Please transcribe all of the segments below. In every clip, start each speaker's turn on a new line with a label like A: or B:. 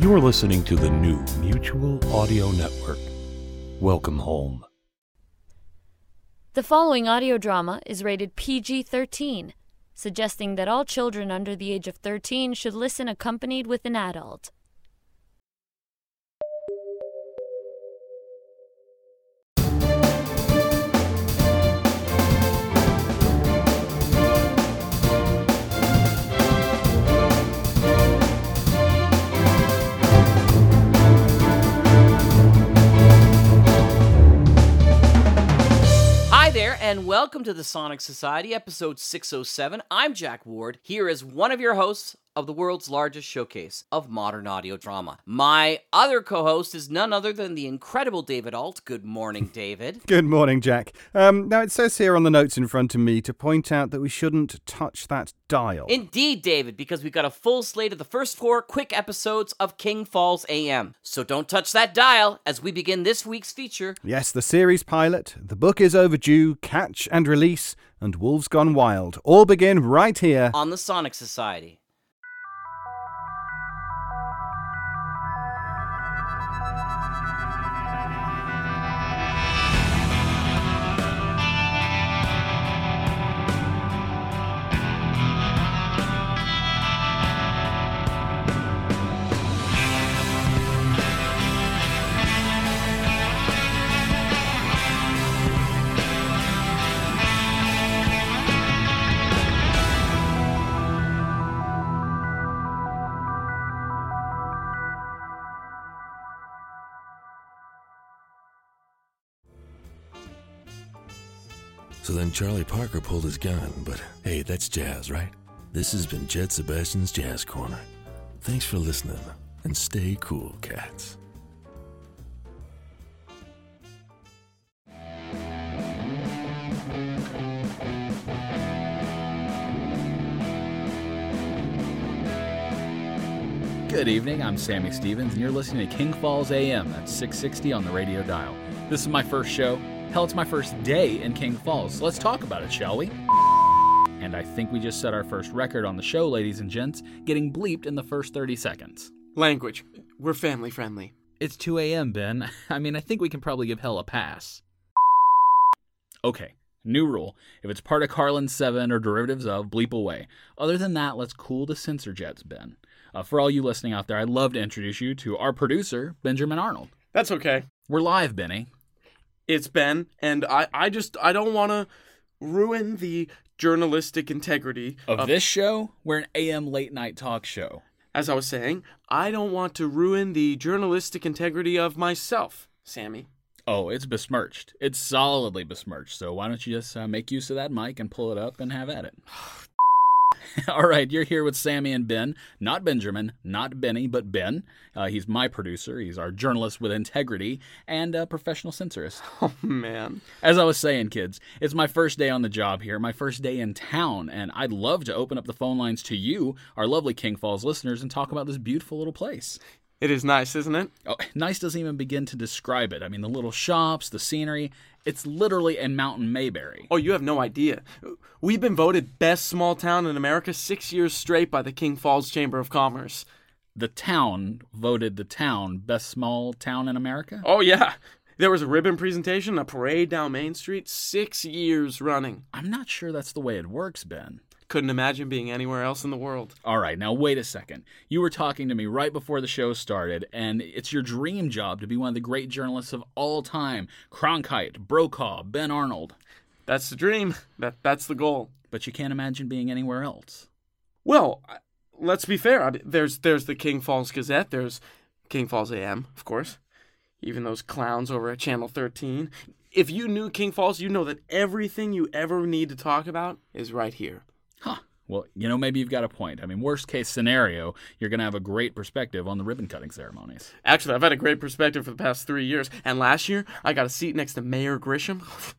A: You're listening to the new Mutual Audio Network. Welcome home.
B: The following audio drama is rated PG 13, suggesting that all children under the age of 13 should listen accompanied with an adult.
C: Hi there, and welcome to the Sonic Society, episode 607. I'm Jack Ward, here as one of your hosts of the world's largest showcase of modern audio drama. My other co host is none other than the incredible David Alt. Good morning, David.
D: Good morning, Jack. Um, now, it says here on the notes in front of me to point out that we shouldn't touch that dial.
C: Indeed, David, because we've got a full slate of the first four quick episodes of King Falls AM. So don't touch that dial as we begin this week's feature.
D: yes, the series pilot, the book is overdue, catch and release, and Wolves Gone Wild all begin right here.
C: on the Sonic Society.
E: So then Charlie Parker pulled his gun, but hey, that's jazz, right? This has been Jed Sebastian's Jazz Corner. Thanks for listening, and stay cool, cats.
F: Good evening, I'm Sammy Stevens, and you're listening to King Falls AM at 660 on the radio dial. This is my first show. Hell, it's my first day in King Falls, so let's talk about it, shall we? And I think we just set our first record on the show, ladies and gents, getting bleeped in the first 30 seconds.
G: Language. We're family friendly.
F: It's 2 a.m., Ben. I mean, I think we can probably give hell a pass. Okay, new rule. If it's part of Carlin 7 or derivatives of, bleep away. Other than that, let's cool the censor jets, Ben. Uh, for all you listening out there, I'd love to introduce you to our producer, Benjamin Arnold.
G: That's okay.
F: We're live, Benny.
G: It's Ben, and I, I just I don't want to ruin the journalistic integrity
F: Of this show, we're an AM late night talk show.
G: As I was saying, I don't want to ruin the journalistic integrity of myself, Sammy.
F: Oh, it's besmirched. It's solidly besmirched. So why don't you just uh, make use of that mic and pull it up and have at it? All right, you're here with Sammy and Ben. Not Benjamin, not Benny, but Ben. Uh, he's my producer. He's our journalist with integrity and a professional censorist.
G: Oh man.
F: As I was saying, kids, it's my first day on the job here, my first day in town, and I'd love to open up the phone lines to you, our lovely King Falls listeners, and talk about this beautiful little place.
G: It is nice, isn't it?
F: Oh, nice doesn't even begin to describe it. I mean, the little shops, the scenery. It's literally in Mountain Mayberry.
G: Oh, you have no idea. We've been voted best small town in America 6 years straight by the King Falls Chamber of Commerce.
F: The town voted the town best small town in America.
G: Oh yeah. There was a ribbon presentation, a parade down Main Street 6 years running.
F: I'm not sure that's the way it works, Ben.
G: Couldn't imagine being anywhere else in the world.
F: All right, now wait a second. You were talking to me right before the show started, and it's your dream job to be one of the great journalists of all time Cronkite, Brokaw, Ben Arnold.
G: That's the dream. That that's the goal.
F: But you can't imagine being anywhere else.
G: Well, I- let's be fair. I mean, there's there's the King Falls Gazette. There's King Falls AM, of course. Even those clowns over at Channel 13. If you knew King Falls, you know that everything you ever need to talk about is right here.
F: Huh. Well, you know, maybe you've got a point. I mean, worst case scenario, you're going to have a great perspective on the ribbon cutting ceremonies.
G: Actually, I've had a great perspective for the past three years. And last year, I got a seat next to Mayor Grisham.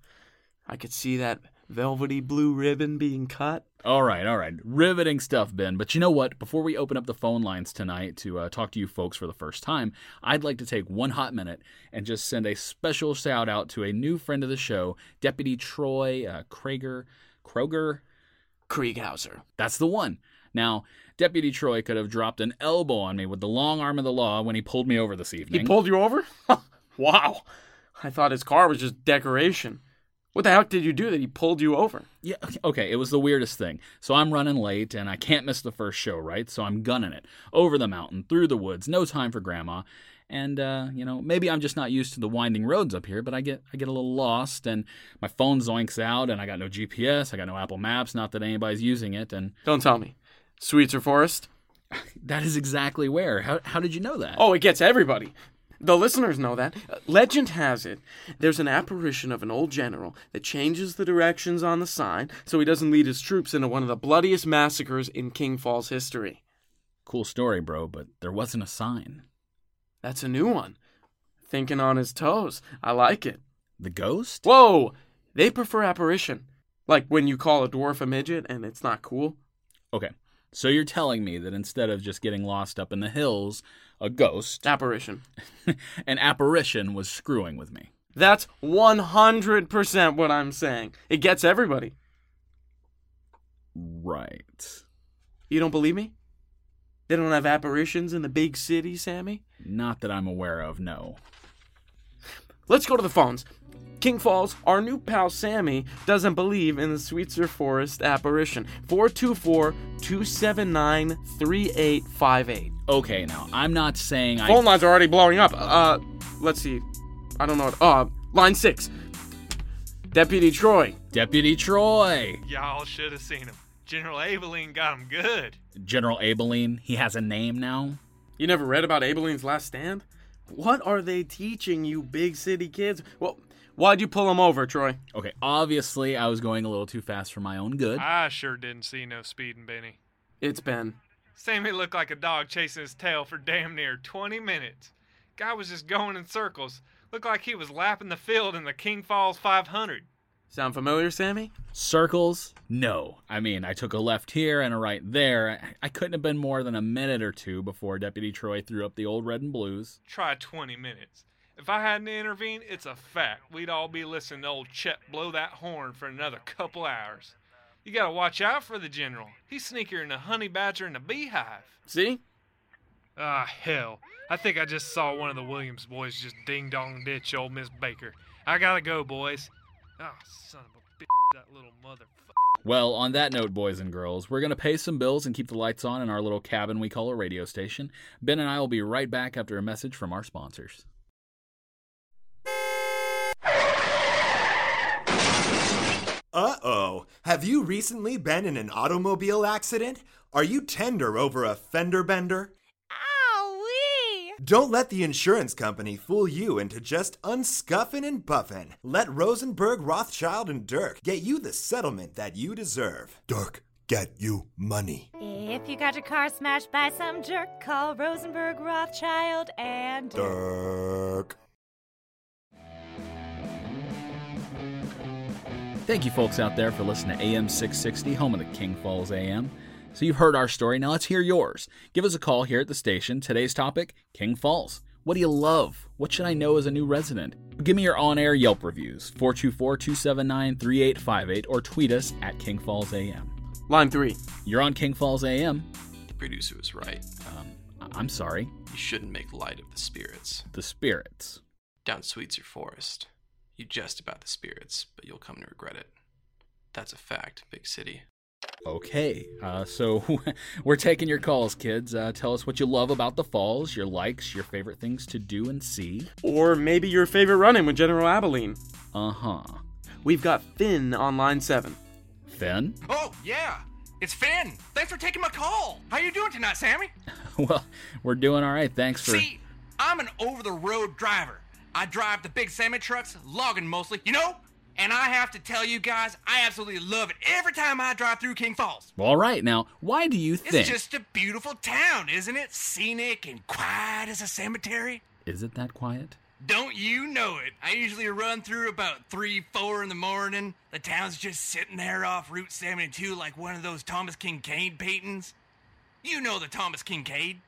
G: I could see that velvety blue ribbon being cut.
F: All right, all right. Riveting stuff, Ben. But you know what? Before we open up the phone lines tonight to uh, talk to you folks for the first time, I'd like to take one hot minute and just send a special shout out to a new friend of the show, Deputy Troy uh, Krager. Kroger?
G: Krieghauser.
F: That's the one. Now, Deputy Troy could have dropped an elbow on me with the long arm of the law when he pulled me over this evening.
G: He pulled you over? wow. I thought his car was just decoration. What the heck did you do that he pulled you over?
F: Yeah, okay- okay, it was the weirdest thing. So I'm running late and I can't miss the first show, right? So I'm gunning it. Over the mountain, through the woods, no time for grandma. And uh, you know, maybe I'm just not used to the winding roads up here, but I get I get a little lost and my phone zoinks out and I got no GPS, I got no Apple Maps, not that anybody's using it and
G: Don't tell me. Sweets or Forest?
F: that is exactly where. How how did you know that?
G: Oh, it gets everybody. The listeners know that. Uh, Legend has it there's an apparition of an old general that changes the directions on the sign so he doesn't lead his troops into one of the bloodiest massacres in King Falls history.
F: cool story, bro, but there wasn't a sign.
G: That's a new one. Thinking on his toes. I like it.
F: The ghost?
G: Whoa! They prefer apparition. Like when you call a dwarf a midget and it's not cool.
F: Okay. So you're telling me that instead of just getting lost up in the hills, a ghost
G: Apparition.
F: an apparition was screwing with me.
G: That's 100% what I'm saying. It gets everybody.
F: Right.
G: You don't believe me? They don't have apparitions in the big city, Sammy?
F: Not that I'm aware of, no.
G: Let's go to the phones. King Falls, our new pal Sammy doesn't believe in the Sweetser Forest apparition. 424 279 3858.
F: Okay, now, I'm not saying I.
G: Phone lines are already blowing up. Uh, let's see. I don't know what. Uh, line six. Deputy Troy.
F: Deputy Troy!
H: Y'all should have seen him. General Aveline got him good.
F: General Abilene, he has a name now?
G: You never read about Abeline's last stand? What are they teaching you, big city kids? Well, why'd you pull him over, Troy?
F: Okay, obviously, I was going a little too fast for my own good.
H: I sure didn't see no speeding, Benny.
G: It's Ben.
H: Sammy looked like a dog chasing his tail for damn near 20 minutes. Guy was just going in circles. Looked like he was lapping the field in the King Falls 500.
G: Sound familiar, Sammy?
F: Circles? No. I mean, I took a left here and a right there. I- I couldn't have been more than a minute or two before Deputy Troy threw up the old red and blues.
H: Try 20 minutes. If I hadn't intervened, it's a fact. We'd all be listening to old Chet blow that horn for another couple hours. You gotta watch out for the general. He's sneakier than a honey badger in a beehive.
G: See?
H: Ah, hell. I think I just saw one of the Williams boys just ding dong ditch old Miss Baker. I gotta go, boys. Ah, son of a bitch, that little mother.
F: Well, on that note, boys and girls, we're going to pay some bills and keep the lights on in our little cabin we call a radio station. Ben and I will be right back after a message from our sponsors.
I: Uh oh. Have you recently been in an automobile accident? Are you tender over a fender bender?
J: Owie!
I: Don't let the insurance company fool you into just unscuffing and buffing. Let Rosenberg, Rothschild, and Dirk get you the settlement that you deserve. Dirk, get you money.
J: If you got your car smashed by some jerk, call Rosenberg, Rothschild, and.
I: Dirk.
F: Thank you, folks out there, for listening to AM 660, home of the King Falls AM. So you've heard our story, now let's hear yours. Give us a call here at the station. Today's topic King Falls. What do you love? What should I know as a new resident? Give me your on air Yelp reviews, 424 279 3858, or tweet us at King Falls AM.
G: Line three.
F: You're on King Falls AM.
K: The producer was right.
F: Um, I- I'm sorry.
K: You shouldn't make light of the spirits.
F: the spirits.
K: Down Sweets or Forest. You jest about the spirits, but you'll come to regret it. That's a fact, big city.
F: Okay, uh, so we're taking your calls, kids. Uh, tell us what you love about the falls, your likes, your favorite things to do and see.
G: Or maybe your favorite run in with General Abilene.
F: Uh huh.
G: We've got Finn on line seven.
F: Finn?
L: Oh, yeah. It's Finn. Thanks for taking my call. How you doing tonight, Sammy?
F: well, we're doing all right. Thanks for.
L: See, I'm an over-the-road driver. I drive the big Sammy trucks, logging mostly, you know? And I have to tell you guys, I absolutely love it every time I drive through King Falls.
F: All right, now, why do you
L: It's
F: think.
L: just a beautiful town, isn't it? Scenic and quiet as a cemetery.
F: Is it that quiet?
L: Don't you know it? I usually run through about 3, 4 in the morning. The town's just sitting there off Route 72 like one of those Thomas Kincaid paintings. You know the Thomas Kincaid.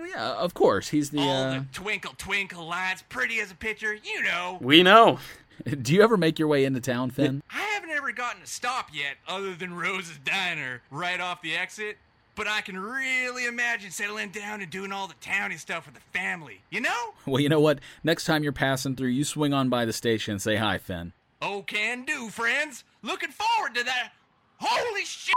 F: Oh, yeah, of course. He's the.
L: All
F: Uh...
L: the twinkle, twinkle lights, pretty as a picture, you know.
G: We know.
F: do you ever make your way into town, Finn?
L: I haven't ever gotten a stop yet other than Rose's Diner right off the exit. But I can really imagine settling down and doing all the towny stuff with the family, you know?
F: Well, you know what? Next time you're passing through, you swing on by the station and say hi, Finn.
L: Oh, can do, friends. Looking forward to that. Holy shit!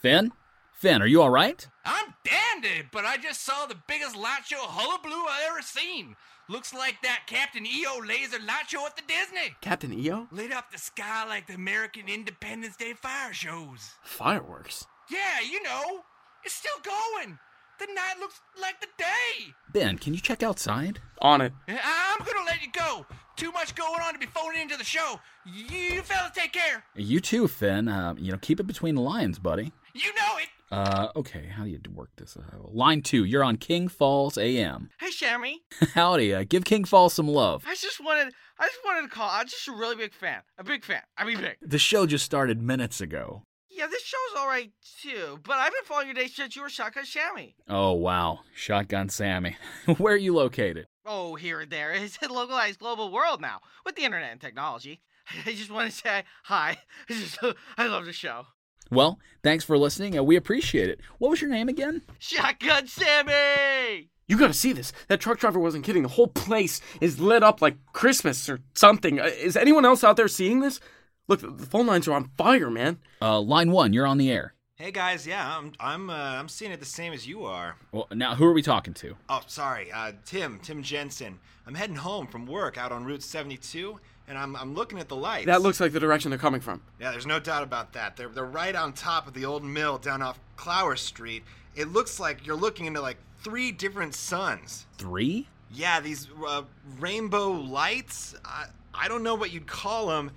F: Finn? Finn, are you all right?
L: I'm damned, it, but I just saw the biggest light show hullabaloo I ever seen. Looks like that Captain EO laser light show at the Disney.
G: Captain EO?
L: Lit up the sky like the American Independence Day fire shows.
G: Fireworks.
L: Yeah, you know, it's still going. The night looks like the day.
F: Ben, can you check outside?
G: On it.
L: I'm gonna let you go. Too much going on to be phoning into the show. You fellas take care.
F: You too, Finn. Uh, you know, keep it between the lines, buddy.
L: You know it.
F: Uh, okay, how do you work this? Uh, line two, you're on King Falls AM.
M: Hey, Sammy.
F: Howdy, uh, give King Falls some love.
M: I just wanted, I just wanted to call. I'm just a really big fan. A big fan. I mean, big.
F: The show just started minutes ago.
M: Yeah, this show's all right too, but I've been following your day since you were Shotgun Sammy.
F: Oh, wow. Shotgun Sammy. Where are you located?
M: Oh, here and there. It's a localized global world now with the internet and technology. I just want to say hi. I just, I love the show.
F: Well, thanks for listening, and we appreciate it. What was your name again?
M: Shotgun Sammy.
G: You gotta see this. That truck driver wasn't kidding. The whole place is lit up like Christmas or something. Uh, Is anyone else out there seeing this? Look, the- the phone lines are on fire, man.
F: Uh, line one, you're on the air.
N: Hey guys, yeah, I'm I'm uh, I'm seeing it the same as you are.
F: Well, now who are we talking to?
N: Oh, sorry, uh, Tim, Tim Jensen. I'm heading home from work out on Route 72, and I'm I'm looking at the lights.
G: That looks like the direction they're coming from.
N: Yeah, there's no doubt about that. They're they're right on top of the old mill down off Clower Street. It looks like you're looking into like three different suns.
F: Three?
N: Yeah, these uh, rainbow lights. I I don't know what you'd call them.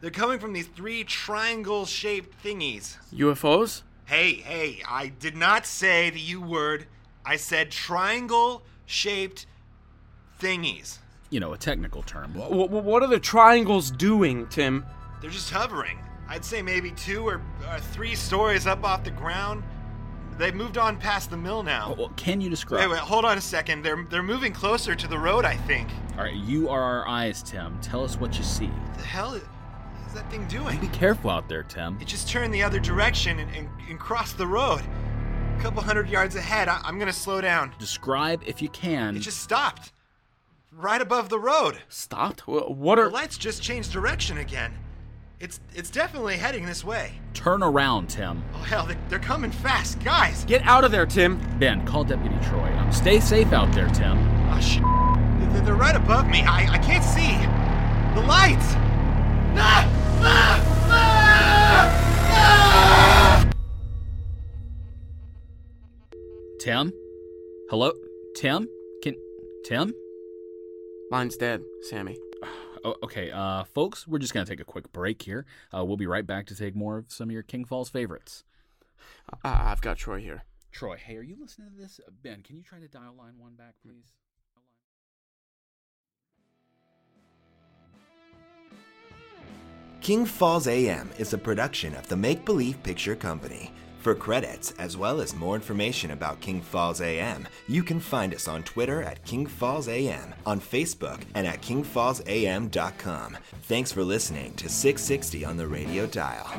N: They're coming from these three triangle-shaped thingies.
G: UFOs?
N: Hey, hey, I did not say the U word. I said triangle shaped thingies.
F: You know, a technical term.
G: W- w- what are the triangles doing, Tim?
N: They're just hovering. I'd say maybe two or, or three stories up off the ground. They've moved on past the mill now.
F: Well, can you describe?
N: Wait, wait, hold on a second. They're they're moving closer to the road, I think.
F: All right, you are our eyes, Tim. Tell us what you see.
N: What the hell is, is that thing doing?
F: Be careful out there, Tim.
N: It just turned the other direction and, and, and crossed the road. A couple hundred yards ahead, I, I'm gonna slow down.
F: Describe if you can.
N: It just stopped. Right above the road.
G: Stopped? Wh- What are.
N: The lights just changed direction again. It's it's definitely heading this way.
F: Turn around, Tim.
N: Oh hell, they- they're coming fast, guys.
G: Get out of there, Tim!
F: Ben, call Deputy Troy. Um, stay safe out there, Tim.
N: Oh shit. They're, they're right above me. I I can't see. The lights. Ah! Ah! Ah! Ah!
F: Tim? Hello? Tim? Can. Tim?
G: Mine's dead, Sammy.
F: Oh, okay, uh, folks, we're just going to take a quick break here. Uh, we'll be right back to take more of some of your King Falls favorites.
G: I- Uh, I've got Troy here.
F: Troy, hey, are you listening to this? Uh, Ben, can you try to dial line one back, please?
N: King Falls AM is a production of the Make Believe Picture Company. For credits, as well as more information about King Falls AM, you can find us on Twitter at King Falls AM, on Facebook, and at kingfallsam.com. Thanks for listening to 660 on the radio dial.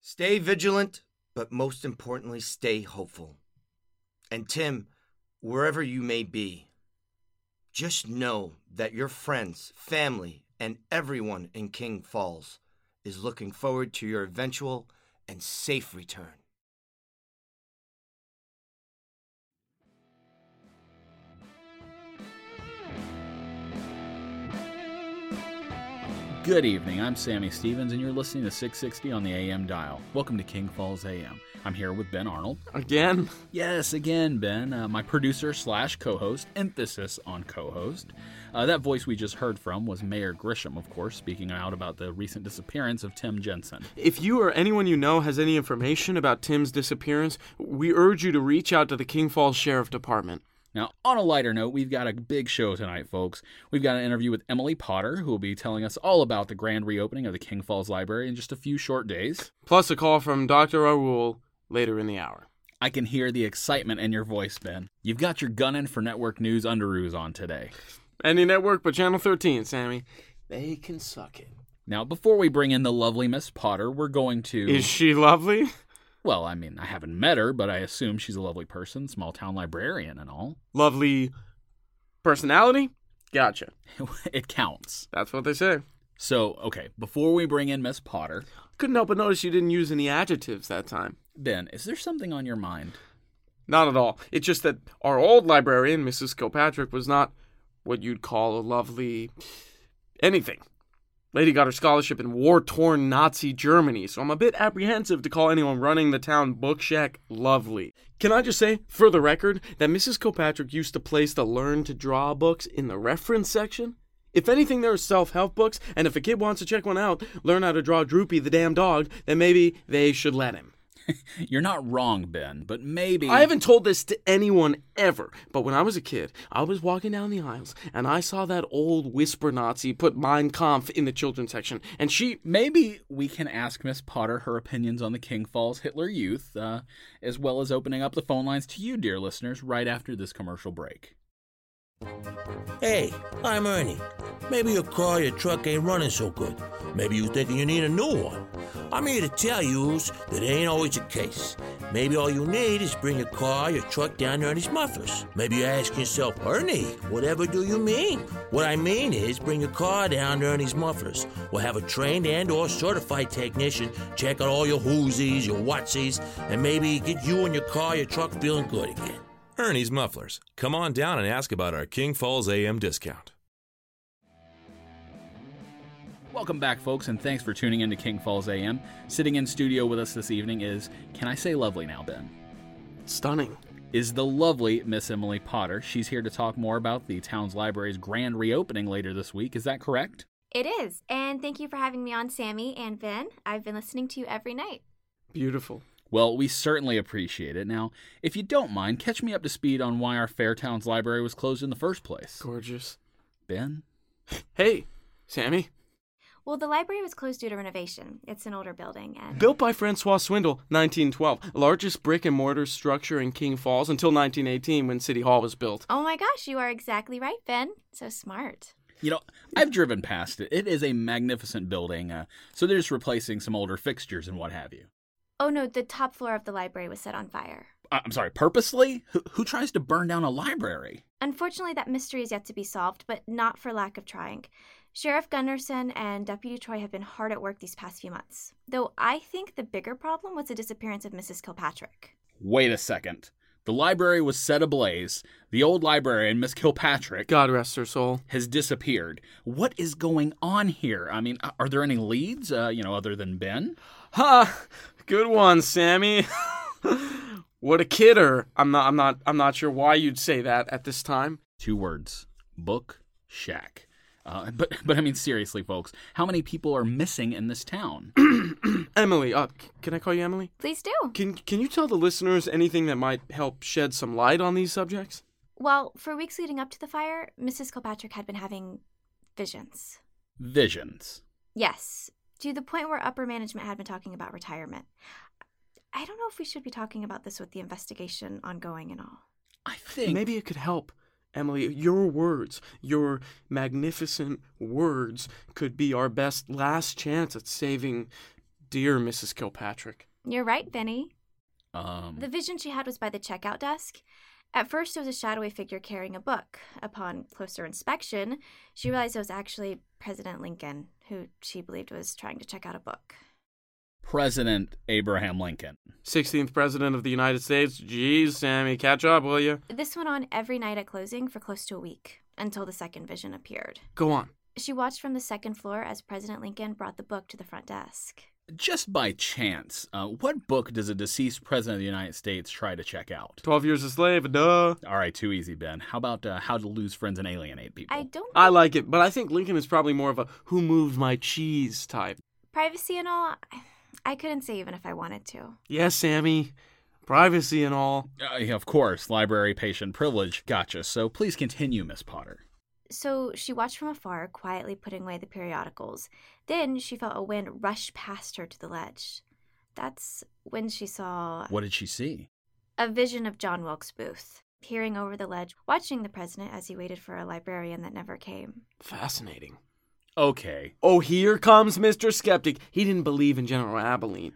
H: Stay vigilant, but most importantly, stay hopeful.
O: And Tim, wherever you may be, just know that your friends, family, and everyone in King Falls is looking forward to your eventual and safe return.
F: Good evening. I'm Sammy Stevens, and you're listening to 660 on the AM dial. Welcome to King Falls AM. I'm here with Ben Arnold.
G: Again?
F: Yes, again, Ben, uh, my producer slash co host, emphasis on co host. Uh, that voice we just heard from was Mayor Grisham, of course, speaking out about the recent disappearance of Tim Jensen.
G: If you or anyone you know has any information about Tim's disappearance, we urge you to reach out to the King Falls Sheriff Department.
F: Now, on a lighter note, we've got a big show tonight, folks. We've got an interview with Emily Potter, who will be telling us all about the grand reopening of the King Falls Library in just a few short days.
G: Plus, a call from Dr. Arul later in the hour.
F: I can hear the excitement in your voice, Ben. You've got your gunnin' for network news underoos on today.
G: Any network but Channel 13, Sammy. They can suck it.
F: Now, before we bring in the lovely Miss Potter, we're going to.
G: Is she lovely?
F: Well, I mean, I haven't met her, but I assume she's a lovely person, small town librarian and all.
G: Lovely personality? Gotcha.
F: it counts.
G: That's what they say.
F: So, okay, before we bring in Miss Potter.
G: Couldn't help but notice you didn't use any adjectives that time.
F: Ben, is there something on your mind?
G: Not at all. It's just that our old librarian, Mrs. Kilpatrick, was not what you'd call a lovely anything. Lady got her scholarship in war torn Nazi Germany, so I'm a bit apprehensive to call anyone running the town book shack lovely. Can I just say, for the record, that Mrs. Kilpatrick used to place the Learn to Draw books in the reference section? If anything, there are self help books, and if a kid wants to check one out, learn how to draw Droopy the damn dog, then maybe they should let him.
F: You're not wrong, Ben, but maybe.
G: I haven't told this to anyone ever, but when I was a kid, I was walking down the aisles and I saw that old whisper Nazi put Mein Kampf in the children's section, and she.
F: Maybe we can ask Miss Potter her opinions on the King Falls Hitler Youth, uh, as well as opening up the phone lines to you, dear listeners, right after this commercial break.
P: Hey, I'm Ernie. Maybe your car, your truck ain't running so good. Maybe you thinking you need a new one. I'm here to tell yous that ain't always the case. Maybe all you need is bring your car, your truck down to Ernie's Mufflers. Maybe you ask yourself, Ernie, whatever do you mean? What I mean is bring your car down to Ernie's Mufflers. We'll have a trained and or certified technician check out all your whoosies, your whatsies, and maybe get you and your car, your truck feeling good again.
Q: Ernie's Mufflers. Come on down and ask about our King Falls AM discount.
F: Welcome back, folks, and thanks for tuning in to King Falls AM. Sitting in studio with us this evening is, can I say lovely now, Ben?
G: Stunning.
F: Is the lovely Miss Emily Potter. She's here to talk more about the town's library's grand reopening later this week. Is that correct?
R: It is. And thank you for having me on, Sammy and Ben. I've been listening to you every night.
G: Beautiful.
F: Well, we certainly appreciate it. Now, if you don't mind, catch me up to speed on why our Fairtowns library was closed in the first place.
G: Gorgeous.
F: Ben?
G: Hey, Sammy.
R: Well, the library was closed due to renovation. It's an older building and
G: Built by Francois Swindle, 1912, largest brick and mortar structure in King Falls until 1918 when City Hall was built.
R: Oh my gosh, you are exactly right, Ben. So smart.
F: You know, I've driven past it. It is a magnificent building. Uh, so they're just replacing some older fixtures and what have you.
R: Oh no, the top floor of the library was set on fire.
F: Uh, I'm sorry, purposely? Who, who tries to burn down a library?
R: Unfortunately, that mystery is yet to be solved, but not for lack of trying. Sheriff Gunderson and Deputy Troy have been hard at work these past few months, though I think the bigger problem was the disappearance of Mrs. Kilpatrick.
F: Wait a second. The library was set ablaze. The old librarian, Miss Kilpatrick,
G: God rest her soul,
F: has disappeared. What is going on here? I mean, are there any leads, uh, you know, other than Ben?
G: Ha! Good one, Sammy. what a kidder. I'm not I'm not I'm not sure why you'd say that at this time.
F: Two words. Book shack. Uh, but but I mean seriously, folks, how many people are missing in this town?
G: Emily, uh, c- can I call you Emily?
R: Please do.
G: Can can you tell the listeners anything that might help shed some light on these subjects?
R: Well, for weeks leading up to the fire, Mrs. Kilpatrick had been having visions.
F: Visions.
R: Yes, to the point where upper management had been talking about retirement. I don't know if we should be talking about this with the investigation ongoing and all.
F: I think
G: maybe it could help. Emily, your words, your magnificent words, could be our best last chance at saving dear Mrs. Kilpatrick.
R: You're right, Benny.
F: Um,
R: The vision she had was by the checkout desk. At first, it was a shadowy figure carrying a book. Upon closer inspection, she realized it was actually President Lincoln, who she believed was trying to check out a book.
F: President Abraham Lincoln.
G: 16th President of the United States. Jeez, Sammy, catch up, will you?
R: This went on every night at closing for close to a week until the second vision appeared.
G: Go on.
R: She watched from the second floor as President Lincoln brought the book to the front desk.
F: Just by chance, uh, what book does a deceased president of the United States try to check out?
G: 12 Years a Slave, duh.
F: All right, too easy, Ben. How about uh, How to Lose Friends and Alienate People?
R: I don't.
G: I like it, but I think Lincoln is probably more of a who moved my cheese type.
R: Privacy and all, I couldn't say even if I wanted to.
G: Yes, Sammy. Privacy and all.
F: Uh, yeah, of course, library patient privilege. Gotcha. So please continue, Miss Potter.
R: So she watched from afar, quietly putting away the periodicals. Then she felt a wind rush past her to the ledge. That's when she saw
F: What did she see?
R: a vision of John Wilkes Booth, peering over the ledge, watching the president as he waited for a librarian that never came.
G: Fascinating.
F: Okay.
G: Oh, here comes Mr. Skeptic. He didn't believe in General Abilene.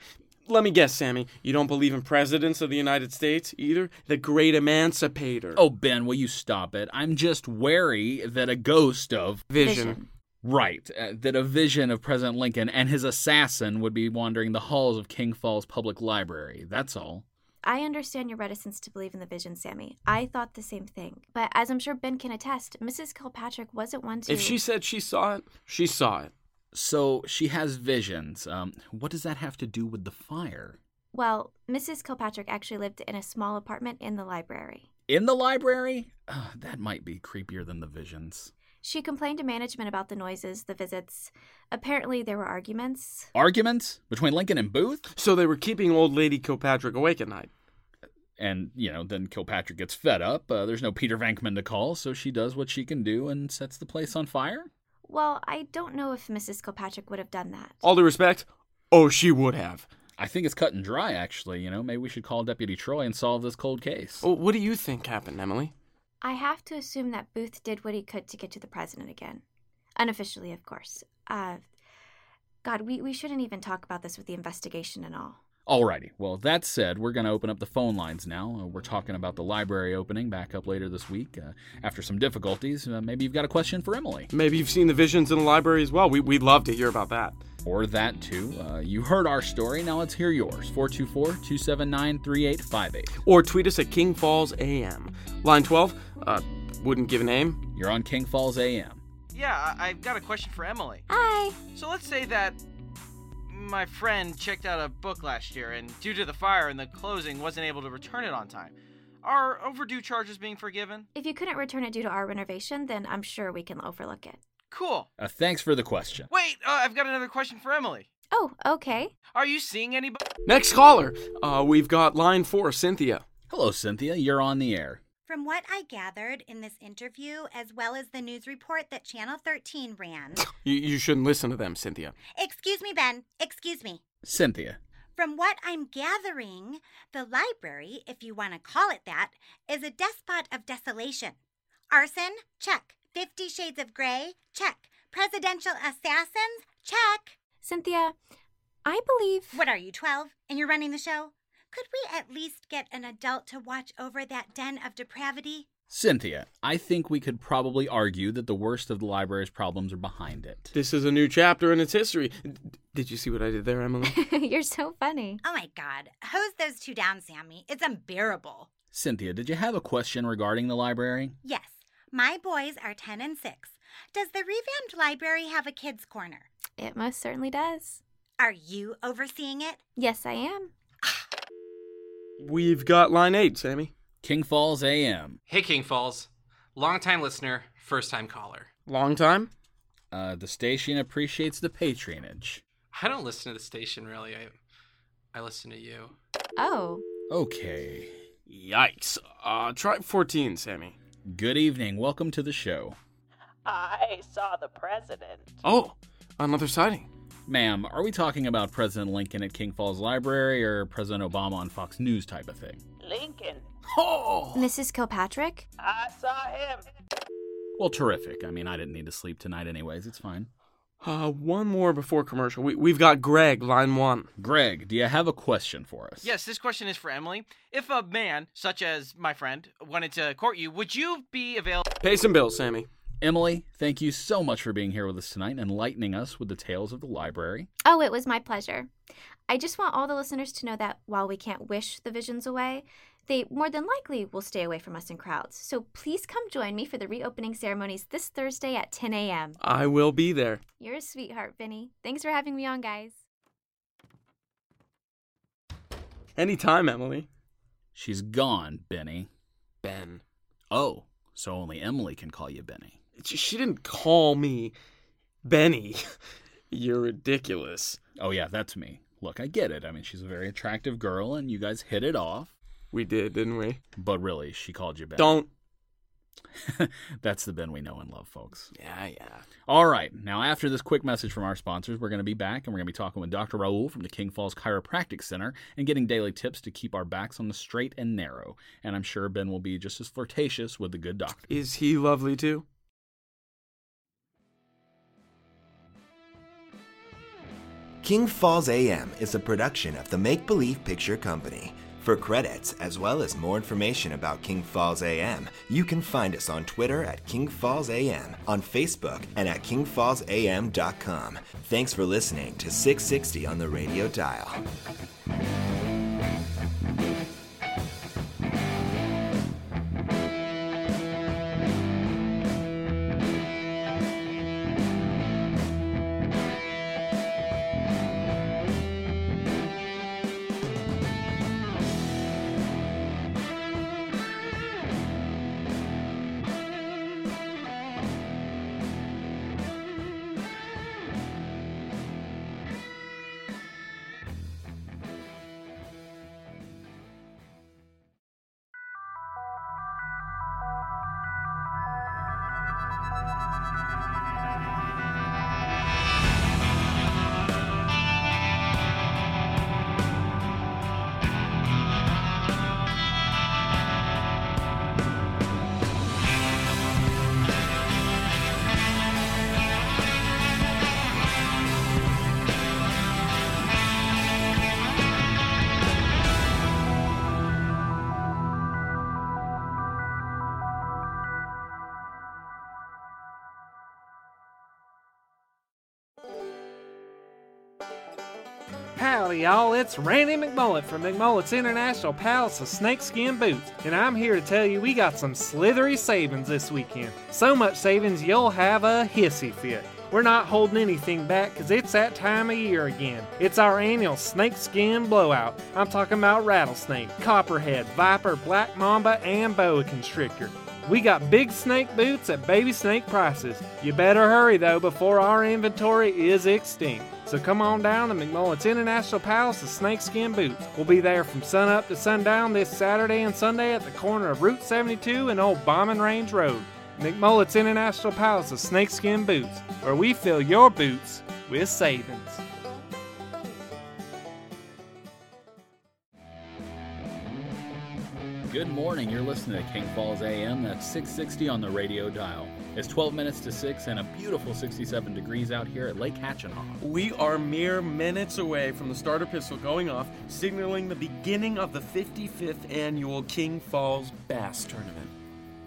G: Let me guess, Sammy. You don't believe in presidents of the United States either? The great emancipator.
F: Oh, Ben, will you stop it? I'm just wary that a ghost of
G: Vision. Vision.
F: Right, uh, that a vision of President Lincoln and his assassin would be wandering the halls of King Falls Public Library. That's all.
R: I understand your reticence to believe in the vision, Sammy. I thought the same thing. But as I'm sure Ben can attest, Mrs. Kilpatrick wasn't one to.
G: If she said she saw it, she saw it.
F: So she has visions. Um, what does that have to do with the fire?
R: Well, Mrs. Kilpatrick actually lived in a small apartment in the library.
F: In the library? Uh, that might be creepier than the visions.
R: She complained to management about the noises, the visits. Apparently, there were arguments.
F: Arguments between Lincoln and Booth?
G: So they were keeping old lady Kilpatrick awake at night.
F: And, you know, then Kilpatrick gets fed up. Uh, there's no Peter Venkman to call, so she does what she can do and sets the place on fire?
R: Well, I don't know if Mrs. Kilpatrick would have done that.
G: All due respect, oh, she would have.
F: I think it's cut and dry, actually. You know, maybe we should call Deputy Troy and solve this cold case.
G: Well, what do you think happened, Emily?
R: I have to assume that Booth did what he could to get to the president again. Unofficially, of course. Uh, God, we, we shouldn't even talk about this with the investigation and all.
F: Alrighty. Well, that said, we're going to open up the phone lines now. Uh, we're talking about the library opening back up later this week. Uh, after some difficulties, uh, maybe you've got a question for Emily.
G: Maybe you've seen the visions in the library as well. We, we'd love to hear about that.
F: Or that too. Uh, you heard our story. Now let's hear yours. 424 279 3858.
G: Or tweet us at King Falls AM. Line 12, uh, wouldn't give a name.
F: You're on King Falls AM.
M: Yeah, I- I've got a question for Emily.
R: Hi.
M: So let's say that my friend checked out a book last year and, due to the fire and the closing, wasn't able to return it on time. Are overdue charges being forgiven?
R: If you couldn't return it due to our renovation, then I'm sure we can overlook it.
M: Cool.
F: Uh, thanks for the question.
M: Wait, uh, I've got another question for Emily.
R: Oh, okay.
M: Are you seeing anybody?
G: Next caller, uh, we've got line 4, Cynthia.
F: Hello, Cynthia. You're on the air.
S: From what I gathered in this interview, as well as the news report that Channel 13 ran.
G: You, you shouldn't listen to them, Cynthia.
S: Excuse me, Ben. Excuse me.
F: Cynthia.
S: From what I'm gathering, the library, if you want to call it that, is a despot of desolation. Arson? Check. Fifty Shades of Grey? Check. Presidential assassins? Check.
R: Cynthia, I believe.
S: What are you, 12? And you're running the show? Could we at least get an adult to watch over that den of depravity?
F: Cynthia, I think we could probably argue that the worst of the library's problems are behind it.
G: This is a new chapter in its history. D- did you see what I did there, Emily?
R: You're so funny.
S: Oh my god. Hose those two down, Sammy. It's unbearable.
F: Cynthia, did you have a question regarding the library?
S: Yes, my boys are 10 and 6. Does the revamped library have a kids' corner?
R: It most certainly does.
S: Are you overseeing it?
R: Yes, I am.
G: We've got line 8, Sammy.
F: King Falls AM.
K: Hey, King Falls. Longtime listener, first time caller.
G: Long time?
F: Uh, the station appreciates the patronage.
K: I don't listen to the station really. I, I listen to you.
R: Oh.
F: Okay.
G: Yikes. Uh, try 14, Sammy.
F: Good evening. Welcome to the show.
T: I saw the president.
G: Oh, another sighting.
F: Ma'am, are we talking about President Lincoln at King Falls Library or President Obama on Fox News type of thing?
T: Lincoln.
M: Oh!
R: Mrs. Kilpatrick?
T: I saw him.
F: Well, terrific. I mean, I didn't need to sleep tonight, anyways. It's fine.
G: Uh, one more before commercial. We, we've got Greg, line one.
F: Greg, do you have a question for us?
M: Yes, this question is for Emily. If a man, such as my friend, wanted to court you, would you be available?
G: Pay some bills, Sammy.
F: Emily, thank you so much for being here with us tonight and enlightening us with the tales of the library.
R: Oh, it was my pleasure. I just want all the listeners to know that while we can't wish the visions away, they more than likely will stay away from us in crowds. So please come join me for the reopening ceremonies this Thursday at 10 a.m.
G: I will be there.
R: You're a sweetheart, Vinny. Thanks for having me on, guys.
G: Anytime, Emily.
F: She's gone, Benny.
G: Ben.
F: Oh, so only Emily can call you Benny.
G: She- She didn't call me Benny. You're ridiculous.
F: Oh, yeah, that's me. Look, I get it. I mean, she's a very attractive girl, and you guys hit it off.
G: We did, didn't we?
F: But really, she called you Ben.
G: Don't.
F: That's the Ben we know and love, folks.
G: Yeah, yeah.
F: All right. Now, after this quick message from our sponsors, we're going to be back and we're going to be talking with Dr. Raul from the King Falls Chiropractic Center and getting daily tips to keep our backs on the straight and narrow. And I'm sure Ben will be just as flirtatious with the good doctor.
G: Is he lovely too?
I: King Falls AM is a production of the Make Believe Picture Company. For credits, as well as more information about King Falls AM, you can find us on Twitter at King Falls AM, on Facebook, and at kingfallsam.com. Thanks for listening to 660 on the radio dial.
U: Howdy, y'all. It's Randy McMullet from McMullet's International Palace of Snakeskin Boots, and I'm here to tell you we got some slithery savings this weekend. So much savings, you'll have a hissy fit. We're not holding anything back because it's that time of year again. It's our annual snakeskin blowout. I'm talking about rattlesnake, copperhead, viper, black mamba, and boa constrictor. We got big snake boots at baby snake prices. You better hurry though before our inventory is extinct. So come on down to McMullen's International Palace of Snakeskin Boots. We'll be there from sunup to sundown this Saturday and Sunday at the corner of Route 72 and Old Bombing Range Road. McMullen's International Palace of Snakeskin Boots, where we fill your boots with savings.
F: Good morning. You're listening to King Falls AM. That's 660 on the radio dial. It's 12 minutes to 6 and a beautiful 67 degrees out here at Lake Hatchinaw.
G: We are mere minutes away from the starter pistol going off, signaling the beginning of the 55th annual King Falls Bass Tournament.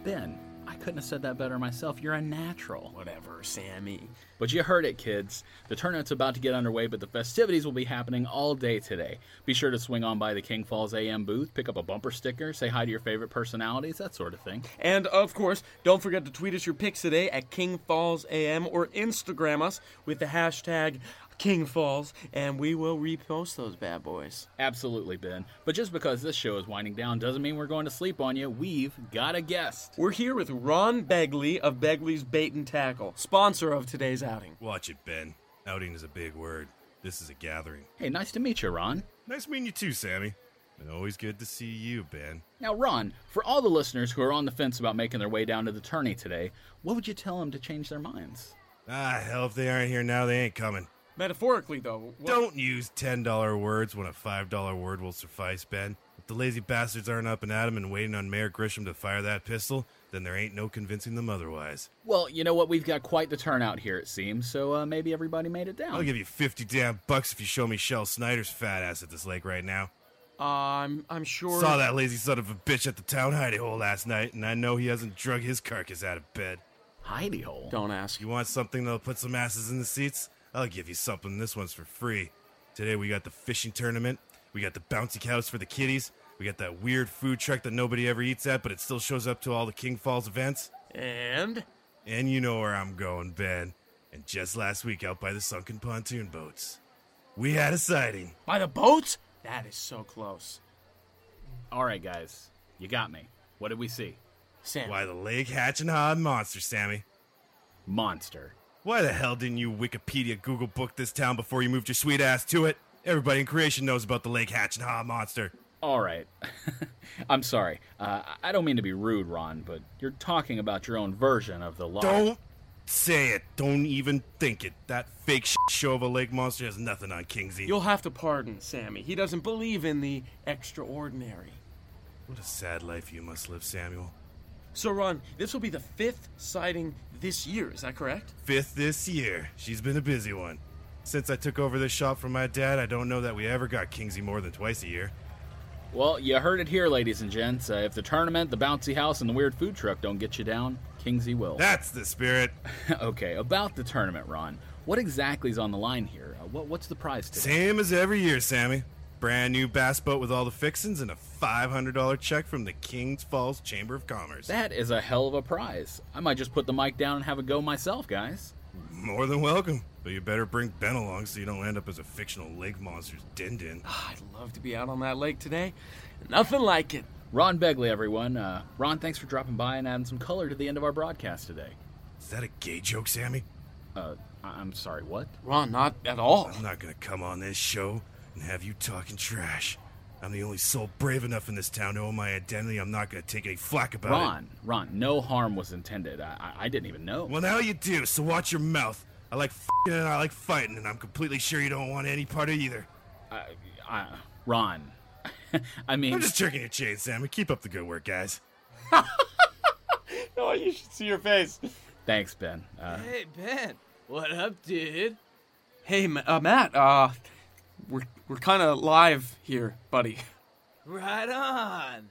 F: Ben, I couldn't have said that better myself. You're a natural.
G: Whatever, Sammy.
F: But you heard it, kids. The tournament's about to get underway, but the festivities will be happening all day today. Be sure to swing on by the King Falls AM booth, pick up a bumper sticker, say hi to your favorite personalities, that sort of thing.
G: And of course, don't forget to tweet us your pics today at King Falls AM or Instagram us with the hashtag King Falls, and we will repost those bad boys.
F: Absolutely, Ben. But just because this show is winding down doesn't mean we're going to sleep on you. We've got a guest.
G: We're here with Ron Begley of Begley's Bait and Tackle, sponsor of today's outing.
V: Watch it, Ben. Outing is a big word. This is a gathering.
F: Hey, nice to meet you, Ron.
V: Nice meeting you too, Sammy. And always good to see you, Ben.
F: Now, Ron, for all the listeners who are on the fence about making their way down to the tourney today, what would you tell them to change their minds?
V: Ah, hell, if they aren't here now, they ain't coming.
G: Metaphorically, though,
V: Don't use $10 words when a $5 word will suffice, Ben. If the lazy bastards aren't up and at 'em and waiting on Mayor Grisham to fire that pistol, then there ain't no convincing them otherwise.
F: Well, you know what? We've got quite the turnout here, it seems, so uh, maybe everybody made it down.
V: I'll give you 50 damn bucks if you show me Shell Snyder's fat ass at this lake right now.
F: Uh,
G: I'm I'm sure.
V: Saw that lazy son of a bitch at the town hidey hole last night, and I know he hasn't drug his carcass out of bed.
F: Hidey hole?
V: Don't ask. You want something that'll put some asses in the seats? I'll give you something. This one's for free. Today we got the fishing tournament, we got the bouncy cows for the kiddies, we got that weird food truck that nobody ever eats at, but it still shows up to all the King Falls events.
G: And?
V: And you know where I'm going, Ben. And just last week out by the sunken pontoon boats, we had a sighting.
G: By the boats? That is so close.
F: All right, guys. You got me. What did we see?
G: Sam.
V: Why, the Lake Hatch and Hod monster, Sammy.
F: Monster.
V: Why the hell didn't you Wikipedia Google book this town before you moved your sweet ass to it? Everybody in creation knows about the Lake Hatch and Hod monster.
F: All right. I'm sorry. Uh, I don't mean to be rude, Ron, but you're talking about your own version of the law.
V: Don't say it. Don't even think it. That fake sh- show of a lake monster has nothing on Kingsy.
G: You'll have to pardon Sammy. He doesn't believe in the extraordinary.
V: What a sad life you must live, Samuel.
G: So, Ron, this will be the fifth sighting this year, is that correct?
V: Fifth this year. She's been a busy one. Since I took over this shop from my dad, I don't know that we ever got Kingsy more than twice a year.
F: Well, you heard it here, ladies and gents. Uh, if the tournament, the bouncy house, and the weird food truck don't get you down, Kingsley will.
V: That's the spirit.
F: okay, about the tournament, Ron. What exactly is on the line here? Uh, what, what's the prize today?
V: Same as every year, Sammy. Brand new bass boat with all the fixings and a $500 check from the Kings Falls Chamber of Commerce.
F: That is a hell of a prize. I might just put the mic down and have a go myself, guys.
V: More than welcome. But you better bring Ben along so you don't end up as a fictional lake monster's din din.
G: I'd love to be out on that lake today. Nothing like it.
F: Ron Begley, everyone. Uh, Ron, thanks for dropping by and adding some color to the end of our broadcast today.
V: Is that a gay joke, Sammy?
F: Uh, I- I'm sorry, what?
G: Ron, not at all.
V: I'm not gonna come on this show and have you talking trash. I'm the only soul brave enough in this town to own my identity. I'm not gonna take any flack about it.
F: Ron, Ron, no harm was intended. I, I I didn't even know.
V: Well, now you do, so watch your mouth. I like fing and I like fighting, and I'm completely sure you don't want any part of either.
F: I, I, Ron, I mean,
V: I'm just jerking your chain, Sammy. Keep up the good work, guys.
G: Oh, you should see your face.
F: Thanks, Ben. Uh,
M: Hey, Ben.
G: What up, dude? Hey, Ma- uh, Matt. Uh, we're we're kind of live here, buddy.
M: Right on.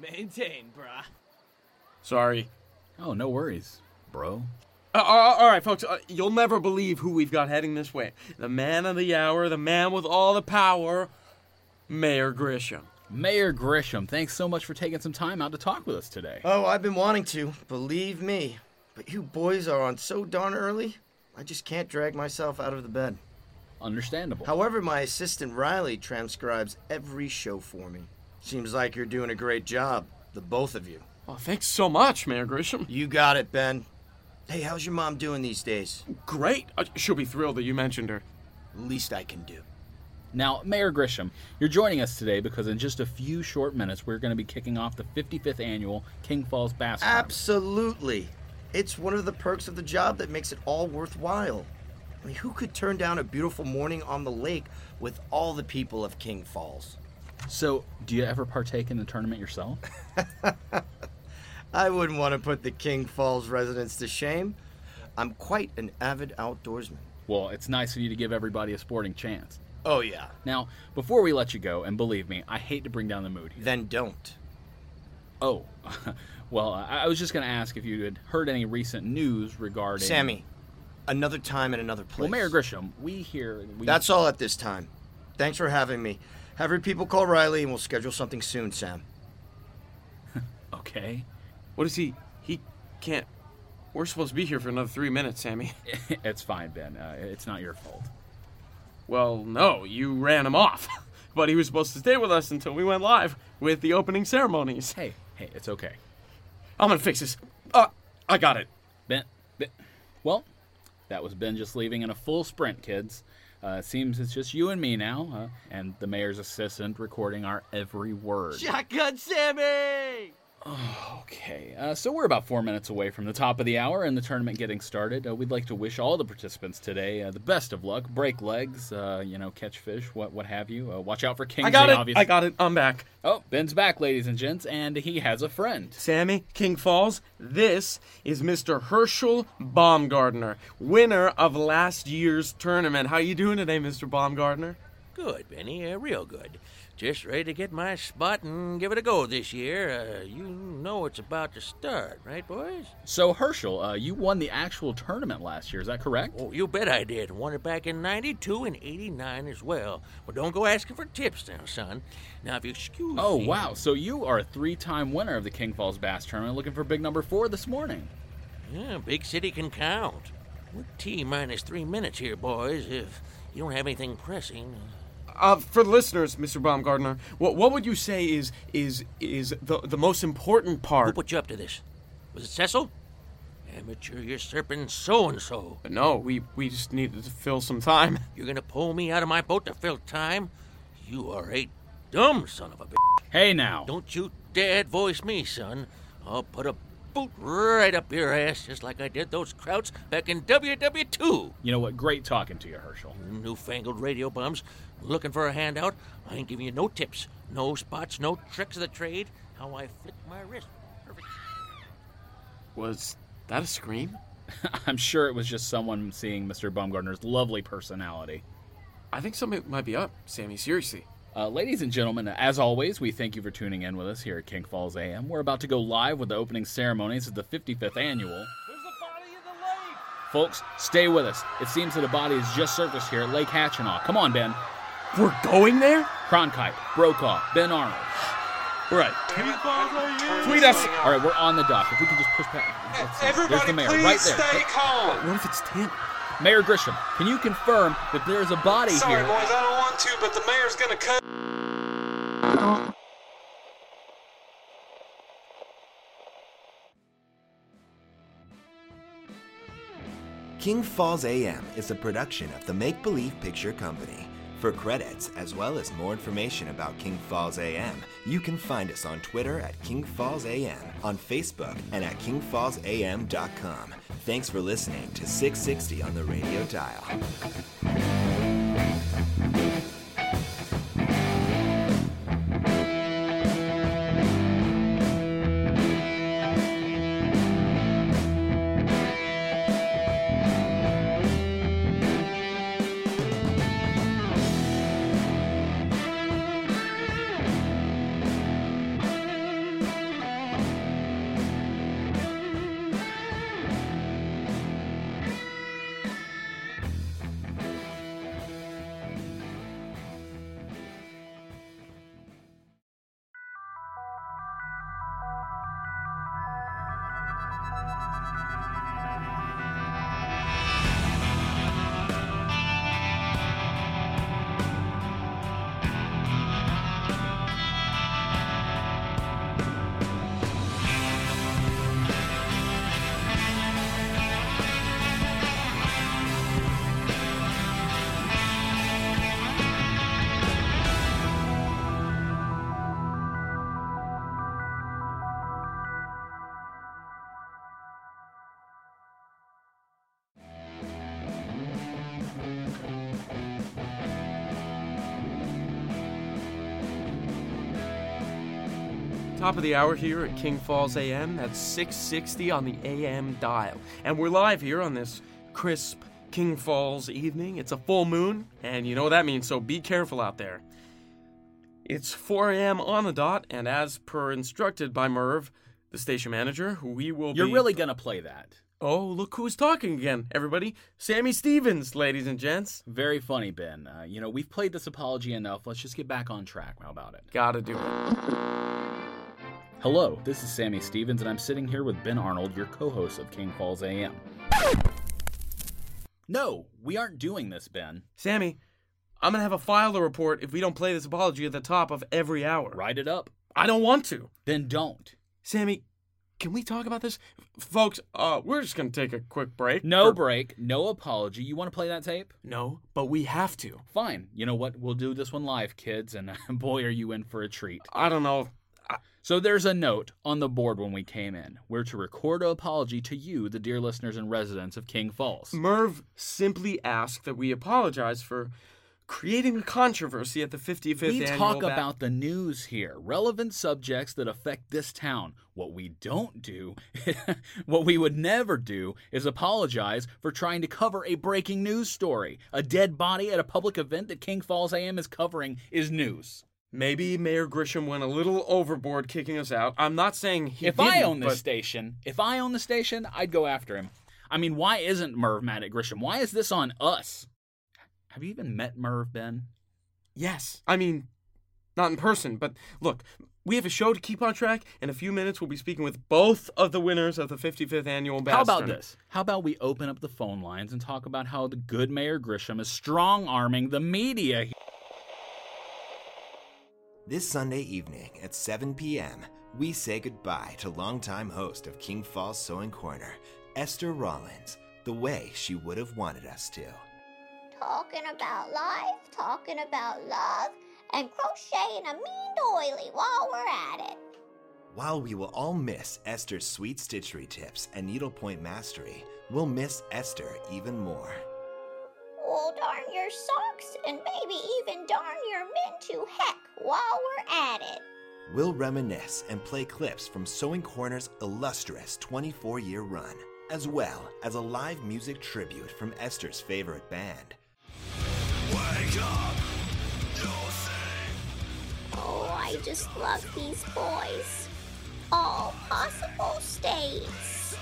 M: Maintain, brah.
G: Sorry.
F: Oh, no worries, bro.
G: Uh, all all right, folks. Uh, you'll never believe who we've got heading this way. The man of the hour, the man with all the power, Mayor Grisham.
F: Mayor Grisham, thanks so much for taking some time out to talk with us today.
O: Oh, I've been wanting to, believe me. But you boys are on so darn early, I just can't drag myself out of the bed.
F: Understandable.
O: However, my assistant Riley transcribes every show for me. Seems like you're doing a great job, the both of you.
G: Oh, thanks so much, Mayor Grisham.
O: You got it, Ben. Hey, how's your mom doing these days?
G: Great. Uh, she'll be thrilled that you mentioned her.
O: Least I can do.
F: Now, Mayor Grisham, you're joining us today because in just a few short minutes we're going to be kicking off the 55th annual King Falls Bass. Farm.
O: Absolutely. It's one of the perks of the job that makes it all worthwhile. I mean, who could turn down a beautiful morning on the lake with all the people of King Falls?
F: So, do you ever partake in the tournament yourself?
O: I wouldn't want to put the King Falls residents to shame. I'm quite an avid outdoorsman.
F: Well, it's nice of you to give everybody a sporting chance.
O: Oh, yeah.
F: Now, before we let you go, and believe me, I hate to bring down the mood here.
O: Then don't.
F: Oh, well, I I was just going to ask if you had heard any recent news regarding.
O: Sammy, another time and another place.
F: Well, Mayor Grisham, we here. We...
O: That's all at this time. Thanks for having me. Have your people call Riley and we'll schedule something soon, Sam.
F: Okay.
G: What is he? He can't. We're supposed to be here for another three minutes, Sammy.
F: it's fine, Ben. Uh, it's not your fault.
G: Well, no, you ran him off. but he was supposed to stay with us until we went live with the opening ceremonies.
F: Hey, hey, it's okay.
G: I'm gonna fix this. Uh, I got it.
F: Ben, ben. Well, that was Ben just leaving in a full sprint, kids. Uh, it seems it's just you and me now, uh, and the mayor's assistant recording our every word.
M: Shotgun Sammy!
F: Okay, uh, so we're about four minutes away from the top of the hour and the tournament getting started. Uh, we'd like to wish all the participants today uh, the best of luck. Break legs, uh, you know, catch fish, what what have you. Uh, watch out for Kingsley,
G: I got it.
F: obviously.
G: I got it. I'm back.
F: Oh, Ben's back, ladies and gents, and he has a friend.
G: Sammy, King Falls, this is Mr. Herschel Baumgartner, winner of last year's tournament. How you doing today, Mr. Baumgartner?
P: Good, Benny. Uh, real good. Just ready to get my spot and give it a go this year. Uh, you know it's about to start, right, boys?
F: So, Herschel, uh, you won the actual tournament last year, is that correct?
P: Oh, you bet I did. Won it back in 92 and 89 as well. But don't go asking for tips now, son. Now, if you excuse
F: Oh,
P: me.
F: wow. So, you are a three time winner of the King Falls Bass Tournament, looking for big number four this morning.
P: Yeah, big city can count. We're T minus three minutes here, boys. If you don't have anything pressing,
G: Uh, for the listeners, Mr. Baumgartner, what what would you say is is is the the most important part? Who
P: put you up to this? Was it Cecil? Amateur usurping so and so.
G: No, we we just needed to fill some time.
P: You're gonna pull me out of my boat to fill time? You are a dumb son of a bitch.
F: Hey now.
P: Don't you dare voice me, son. I'll put a boot right up your ass just like I did those krauts back in WW2.
F: You know what? Great talking to you, Herschel.
P: You newfangled radio bums looking for a handout. I ain't giving you no tips, no spots, no tricks of the trade. How I flick my wrist. Perfect.
G: Was that a scream?
F: I'm sure it was just someone seeing Mr. Baumgartner's lovely personality.
G: I think something might be up, Sammy. Seriously.
F: Uh, ladies and gentlemen, as always, we thank you for tuning in with us here at King Falls AM. We're about to go live with the opening ceremonies of the 55th annual. Folks, stay with us. It seems that a body has just surfaced here at Lake Hatchinaw. Come on, Ben.
G: We're going there?
F: Cronkite, Brokaw, Ben Arnold. We're right.
G: Tweet us.
F: All right, we're on the dock. If we can just push back. Let's see. There's
A: E, Everybody,
F: the mayor
A: please
F: right there.
A: stay calm.
G: What if it's Tim?
F: Mayor Grisham, can you confirm that there is a body
A: Sorry,
F: here?
A: boys, I don't want to, but the mayor's gonna cut.
I: King Falls AM is a production of the Make Believe Picture Company. For credits, as well as more information about King Falls AM, you can find us on Twitter at King Falls AM, on Facebook, and at kingfallsam.com. Thanks for listening to 660 on the radio dial.
G: Top of the hour here at King Falls AM at 660 on the AM dial. And we're live here on this crisp King Falls evening. It's a full moon, and you know what that means, so be careful out there. It's 4 a.m. on the dot, and as per instructed by Merv, the station manager, we will
F: You're
G: be.
F: really going to play that.
G: Oh, look who's talking again, everybody. Sammy Stevens, ladies and gents.
F: Very funny, Ben. Uh, you know, we've played this apology enough. Let's just get back on track. How about it?
G: Gotta do it.
F: Hello, this is Sammy Stevens, and I'm sitting here with Ben Arnold, your co host of King Falls AM. No, we aren't doing this, Ben.
G: Sammy, I'm gonna have a file to report if we don't play this apology at the top of every hour.
F: Write it up.
G: I don't want to.
F: Then don't.
G: Sammy, can we talk about this? Folks, uh, we're just gonna take a quick break.
F: No
G: for-
F: break, no apology. You want to play that tape?
G: No, but we have to.
F: uh, Fine. You know what? We'll do this one live, kids, and boy, are you in for a treat.
G: I don't know.
F: So there's a note on the board when we came in. We're to record an apology to you, the dear listeners and residents of King Falls.
G: Merv simply asked that we apologize for creating a controversy at the 55th
F: We
G: annual
F: talk
G: ba-
F: about the news here, relevant subjects that affect this town. What we don't do, what we would never do, is apologize for trying to cover a breaking news story. A dead body at a public event that King Falls AM is covering is news.
G: Maybe Mayor Grisham went a little overboard kicking us out. I'm not saying he
F: if I
G: didn't,
F: own this
G: but-
F: station, if I own the station, I'd go after him. I mean, why isn't Merv mad at Grisham? Why is this on us? Have you even met Merv, Ben?
G: Yes. I mean, not in person, but look, we have a show to keep on track. In a few minutes, we'll be speaking with both of the winners of the 55th annual Bass
F: How about
G: Tournament.
F: this? How about we open up the phone lines and talk about how the good Mayor Grisham is strong arming the media?
I: This Sunday evening at 7 p.m., we say goodbye to longtime host of King Falls Sewing Corner, Esther Rollins, the way she would have wanted us to.
B: Talking about life, talking about love, and crocheting a mean doily while we're at it.
I: While we will all miss Esther's sweet stitchery tips and needlepoint mastery, we'll miss Esther even more.
B: We'll darn your socks and maybe even darn your men to heck while we're at it.
I: We'll reminisce and play clips from Sewing Corner's illustrious 24 year run, as well as a live music tribute from Esther's favorite band.
B: Wake up! Oh, I just love these boys. All possible states.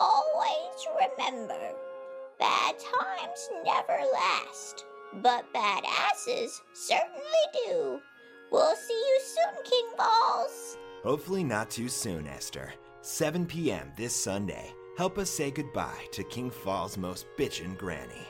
B: Always remember, bad times never last, but bad asses certainly do. We'll see you soon, King Balls.
I: Hopefully, not too soon, Esther. 7 p.m. this Sunday. Help us say goodbye to King Fall's most bitchin' granny.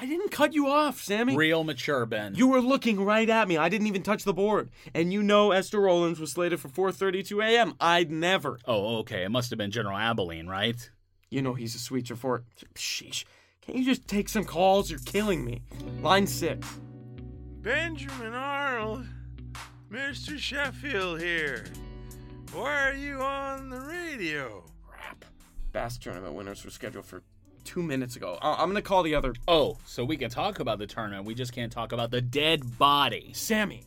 G: I didn't cut you off, Sammy.
F: Real mature, Ben.
G: You were looking right at me. I didn't even touch the board. And you know Esther Rollins was slated for 4:32 a.m. I'd never.
F: Oh, okay. It must have been General Abilene, right?
G: You know he's a sweeter for Sheesh. Can't you just take some calls? You're killing me. Line 6.
W: Benjamin Arnold, Mr. Sheffield here. Why are you on the radio?
G: Bass tournament winners were scheduled for 2 minutes ago. I- I'm going to call the other
F: Oh, so we can talk about the tournament. We just can't talk about the dead body.
G: Sammy.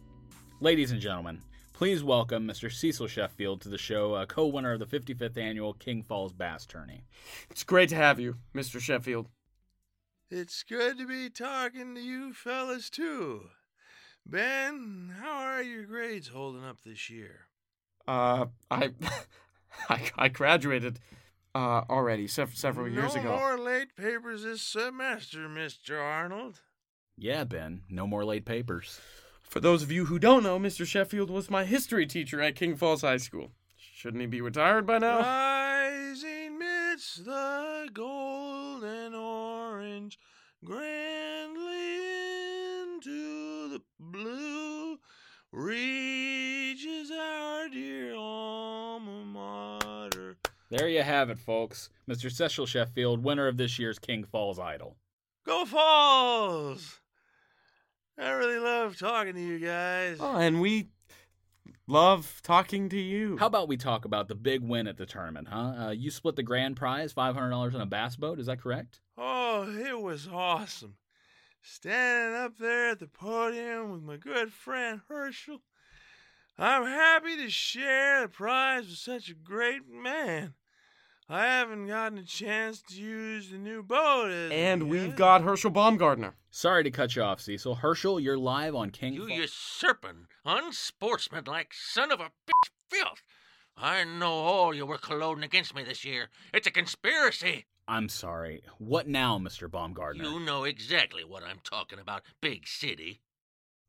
F: Ladies and gentlemen, please welcome Mr. Cecil Sheffield to the show, a co winner of the 55th annual King Falls Bass Tourney.
G: It's great to have you, Mr. Sheffield.
W: It's good to be talking to you fellas, too. Ben, how are your grades holding up this year?
G: Uh, I, I, I graduated uh, already sev- several years
W: no
G: ago.
W: more late papers this semester, Mr. Arnold.
F: Yeah, Ben, no more late papers.
G: For those of you who don't know, Mr. Sheffield was my history teacher at King Falls High School. Shouldn't he be retired by now?
W: Rising midst the golden orange, grandly into the blue, reaches our dear alma mater.
F: There you have it, folks. Mr. Cecil Sheffield, winner of this year's King Falls Idol.
W: Go Falls! I really love talking to you guys.
G: Oh, and we love talking to you.
F: How about we talk about the big win at the tournament, huh? Uh, you split the grand prize, $500 on a bass boat, is that correct?
W: Oh, it was awesome. Standing up there at the podium with my good friend Herschel. I'm happy to share the prize with such a great man. I haven't gotten a chance to use the new boat as
G: And we've got Herschel Baumgartner.
F: Sorry to cut you off, Cecil. Herschel, you're live on King
W: You
F: Falls.
W: usurping, unsportsmanlike son of a bitch filth. I know all you were colluding against me this year. It's a conspiracy.
F: I'm sorry. What now, Mr. Baumgartner?
W: You know exactly what I'm talking about, big city.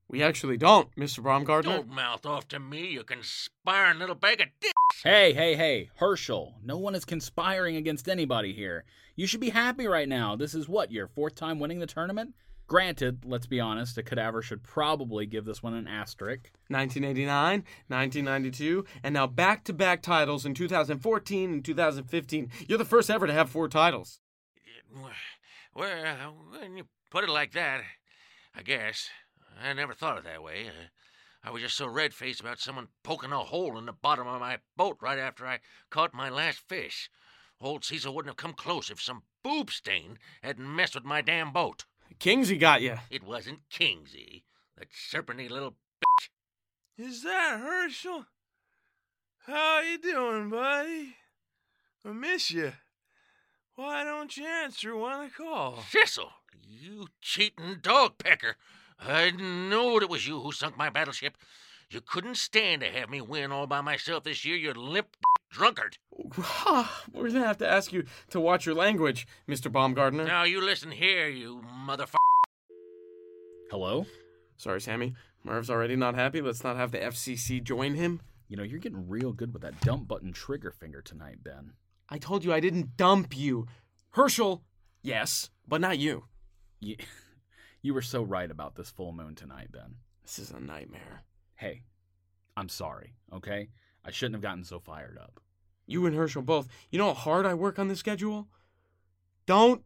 G: We actually don't, Mr. Baumgartner.
W: Don't mouth off to me, you conspiring little bag of dick.
F: Hey, hey, hey, Herschel, no one is conspiring against anybody here. You should be happy right now. This is what, your fourth time winning the tournament? Granted, let's be honest, a cadaver should probably give this one an asterisk.
G: 1989, 1992, and now back to back titles in 2014 and 2015. You're the first ever to have four titles.
C: Well, when you put it like that, I guess. I never thought of it that way. Uh, I was just so red faced about someone poking a hole in the bottom of my boat right after I caught my last fish. Old Caesar wouldn't have come close if some boob stain hadn't messed with my damn boat.
G: Kingsy got you.
C: It wasn't Kingsy, that serpenty little
W: Is that Herschel? How you doing, buddy? I miss you. Why don't you answer when I call?
C: Cecil, you cheating dog pecker. I knew it was you who sunk my battleship. You couldn't stand to have me win all by myself this year, you limp drunkard.
G: We're going to have to ask you to watch your language, Mr. Baumgartner.
C: Now you listen here, you motherfucker.
F: Hello?
G: Sorry, Sammy. Merv's already not happy. Let's not have the FCC join him.
F: You know, you're getting real good with that dump button trigger finger tonight, Ben.
G: I told you I didn't dump you. Herschel, yes, but not you.
F: You, you were so right about this full moon tonight, Ben.
G: This is a nightmare.
F: Hey, I'm sorry, okay? I shouldn't have gotten so fired up.
G: You and Herschel both. You know how hard I work on this schedule? Don't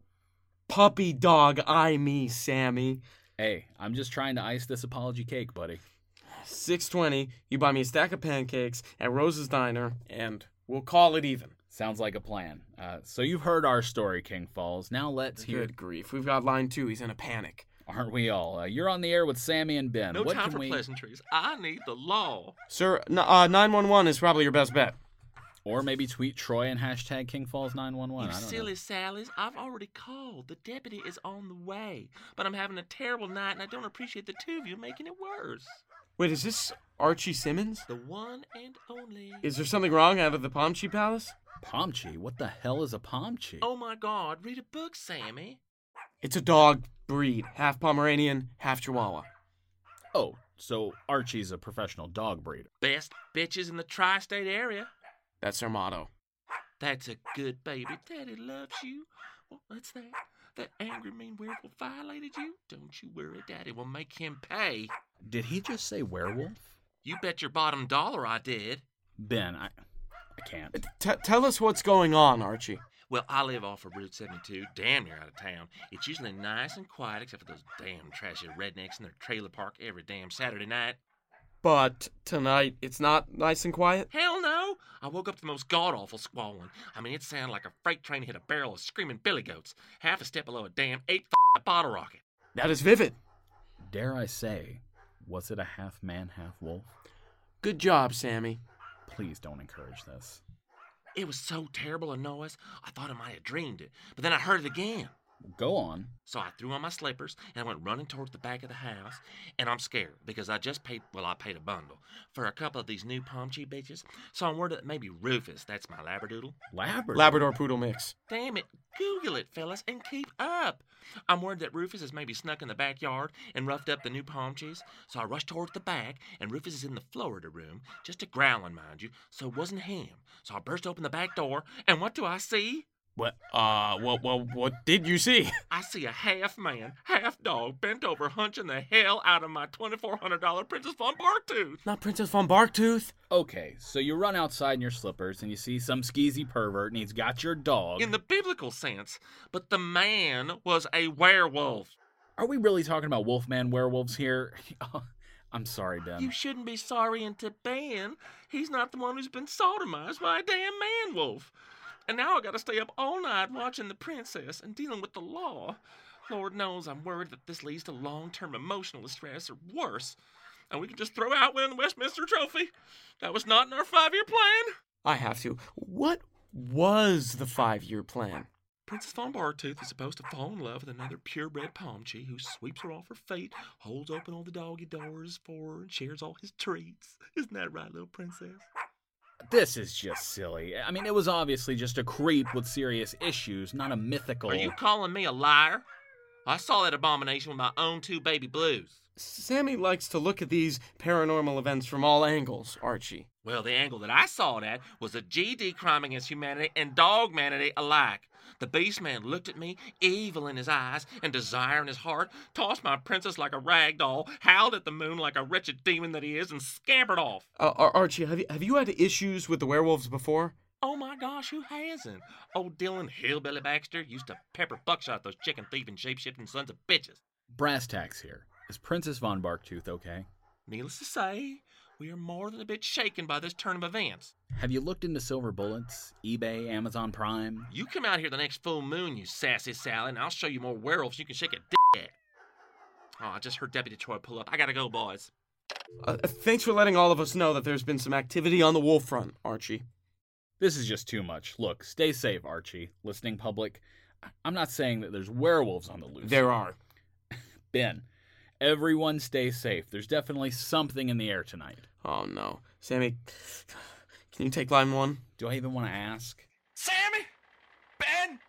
G: puppy dog eye me, Sammy.
F: Hey, I'm just trying to ice this apology cake, buddy.
G: 620, you buy me a stack of pancakes at Rose's Diner, and we'll call it even.
F: Sounds like a plan. Uh, so you've heard our story, King Falls. Now let's hear.
G: Good grief. We've got line two. He's in a panic.
F: Aren't we all? Uh, you're on the air with Sammy and Ben.
K: No
F: what
K: time
F: can
K: for
F: we...
K: pleasantries. I need the law.
G: Sir, n- uh, 911 is probably your best bet.
F: Or maybe tweet Troy and hashtag King Falls 911
K: You
F: I don't
K: silly
F: know.
K: Sallies, I've already called. The deputy is on the way. But I'm having a terrible night, and I don't appreciate the two of you making it worse.
G: Wait, is this Archie Simmons?
K: The one and only.
G: Is there something wrong out of the Pomchi Palace?
F: Pomchi? What the hell is a Pomchi?
K: Oh my god, read a book, Sammy.
G: It's a dog breed, half Pomeranian, half Chihuahua.
F: Oh, so Archie's a professional dog breeder.
K: Best bitches in the tri state area.
G: That's their motto.
K: That's a good baby. Daddy loves you. Well, what's that? That angry mean werewolf violated you? Don't you worry, Daddy will make him pay.
F: Did he just say werewolf?
K: You bet your bottom dollar I did.
F: Ben, I, I can't.
G: T- tell us what's going on, Archie.
K: Well, I live off of Route 72, damn near out of town. It's usually nice and quiet, except for those damn trashy rednecks in their trailer park every damn Saturday night.
G: But tonight, it's not nice and quiet?
K: Hell no! I woke up to the most god awful squalling. I mean, it sounded like a freight train hit a barrel of screaming billy goats, half a step below a damn eight f- bottle rocket.
G: That is vivid.
F: Dare I say, was it a half man, half wolf?
G: Good job, Sammy.
F: Please don't encourage this.
K: It was so terrible a noise, I thought I might have dreamed it, but then I heard it again.
F: Go on.
K: So I threw on my slippers and I went running towards the back of the house. And I'm scared because I just paid, well, I paid a bundle for a couple of these new Pomchi bitches. So I'm worried that maybe Rufus, that's my Labradoodle.
F: Labrador.
G: Labrador Poodle mix.
K: Damn it, Google it, fellas, and keep up. I'm worried that Rufus has maybe snuck in the backyard and roughed up the new palm trees, so I rushed towards the back, and Rufus is in the Florida room, just a growling, mind you, so it wasn't him. So I burst open the back door, and what do I see?
G: What, uh, what, well, what did you see?
K: I see a half man, half dog bent over hunching the hell out of my $2,400 Princess Von Barktooth.
G: Not Princess von Barktooth?
F: Okay, so you run outside in your slippers and you see some skeezy pervert and he's got your dog.
K: In the biblical sense, but the man was a werewolf.
F: Are we really talking about Wolfman werewolves here? I'm sorry, Ben.
K: You shouldn't be sorry in Tiban. He's not the one who's been sodomized by a damn man wolf. And now I gotta stay up all night watching the princess and dealing with the law. Lord knows I'm worried that this leads to long term emotional distress or worse. And we can just throw out winning the Westminster Trophy. That was not in our five year plan.
G: I have to. What was the five year plan?
K: Princess Von Bartooth is supposed to fall in love with another purebred palmchi who sweeps her off her feet, holds open all the doggy doors for her, and shares all his treats. Isn't that right, little princess?
F: This is just silly. I mean, it was obviously just a creep with serious issues, not a mythical.
K: Are you calling me a liar? I saw that abomination with my own two baby blues.
G: Sammy likes to look at these paranormal events from all angles, Archie.
K: Well, the angle that I saw it at was a GD crime against humanity and dog manity alike. The beast man looked at me, evil in his eyes and desire in his heart, tossed my princess like a rag doll, howled at the moon like a wretched demon that he is, and scampered off.
G: Uh, Ar- Archie, have you, have you had issues with the werewolves before?
K: Oh my gosh, who hasn't? Old Dylan Hillbilly Baxter used to pepper buckshot those chicken thieving, shapeshifting sons of bitches.
F: Brass tacks here. Is Princess Von Barktooth okay?
K: Needless to say, we are more than a bit shaken by this turn of events.
F: Have you looked into silver bullets, eBay, Amazon Prime?
K: You come out here the next full moon, you sassy Sally, and I'll show you more werewolves you can shake a dick at. Oh, I just heard Deputy Troy pull up. I gotta go, boys.
G: Uh, thanks for letting all of us know that there's been some activity on the wolf front, Archie.
F: This is just too much. Look, stay safe, Archie. Listening public, I- I'm not saying that there's werewolves on the loose.
G: There are.
F: Ben, everyone stay safe. There's definitely something in the air tonight.
G: Oh no. Sammy, can you take line one?
F: Do I even want to ask?
L: Sammy! Ben!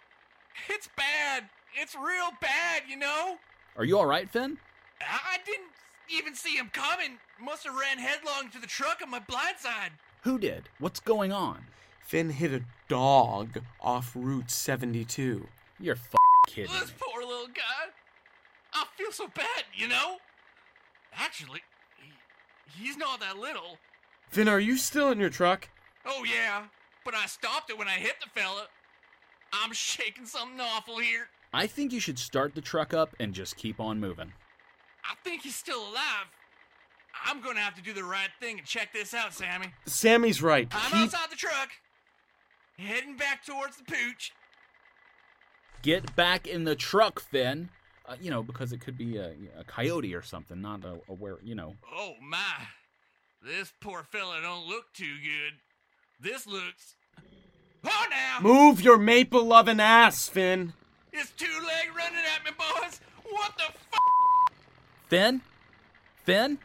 L: It's bad! It's real bad, you know?
F: Are you all right, Finn?
L: I, I didn't even see him coming. Must have ran headlong to the truck on my blind side.
F: Who did? What's going on?
G: Finn hit a dog off Route 72.
F: You're f- kidding.
L: This poor little guy. I feel so bad, you know? Actually, he, he's not that little.
G: Finn, are you still in your truck?
L: Oh, yeah, but I stopped it when I hit the fella. I'm shaking something awful here.
F: I think you should start the truck up and just keep on moving.
L: I think he's still alive. I'm gonna have to do the right thing and check this out, Sammy.
G: Sammy's right.
L: I'm
G: He-
L: outside the truck, heading back towards the pooch.
F: Get back in the truck, Finn. Uh, you know, because it could be a, a coyote or something, not a, a were. You know,
L: Oh my, this poor fella don't look too good. This looks. Oh now,
G: Move your maple loving ass, Finn.
L: it's two leg running at me, boys. What the f?
F: Finn, Finn.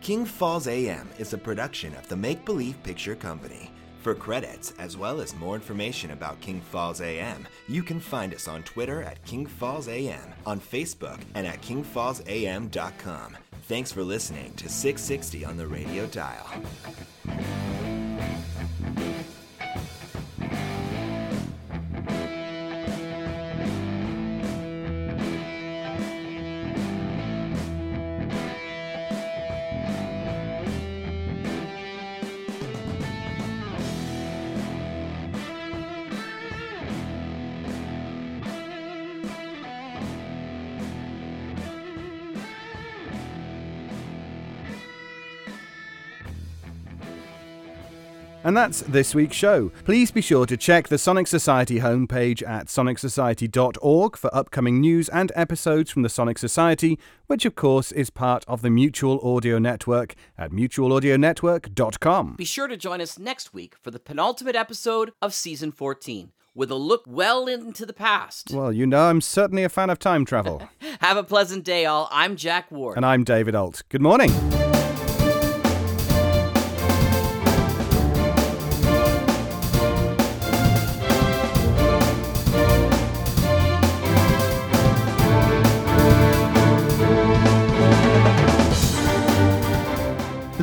I: King Falls AM is a production of the Make Believe Picture Company. For credits, as well as more information about King Falls AM, you can find us on Twitter at King Falls AM, on Facebook, and at kingfallsam.com. Thanks for listening to 660 on the radio dial.
H: And that's this week's show. Please be sure to check the Sonic Society homepage at sonicsociety.org for upcoming news and episodes from the Sonic Society, which of course is part of the Mutual Audio Network at mutualaudionetwork.com.
C: Be sure to join us next week for the penultimate episode of season 14 with a look well into the past.
H: Well, you know I'm certainly a fan of time travel.
C: Have a pleasant day, all. I'm Jack Ward.
H: and I'm David Alt. Good morning.
X: The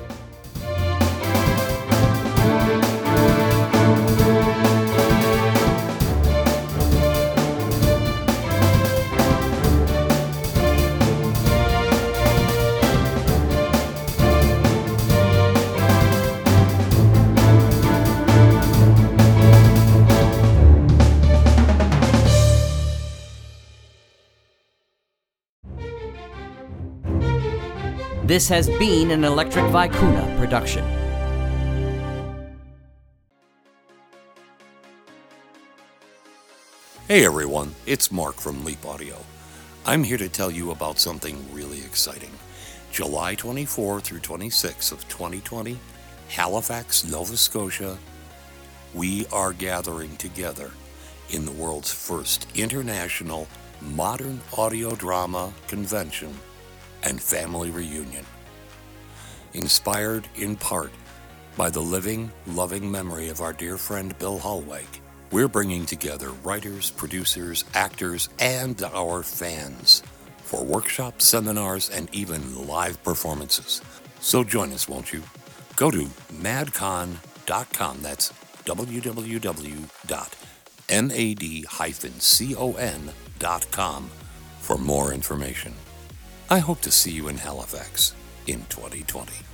H: This has been an Electric Vicuna production.
J: Hey everyone, it's Mark from Leap Audio. I'm here to tell you about something really exciting. July 24 through 26 of 2020, Halifax, Nova Scotia, we are gathering together in the world's first international modern audio drama convention and family reunion. Inspired in part by the living, loving memory of our dear friend Bill Hallwake, we're bringing together writers, producers, actors, and our fans for workshops, seminars, and even live performances. So join us, won't you? Go to madcon.com. That's www.mad-con.com for more information. I hope to see you in Halifax in 2020.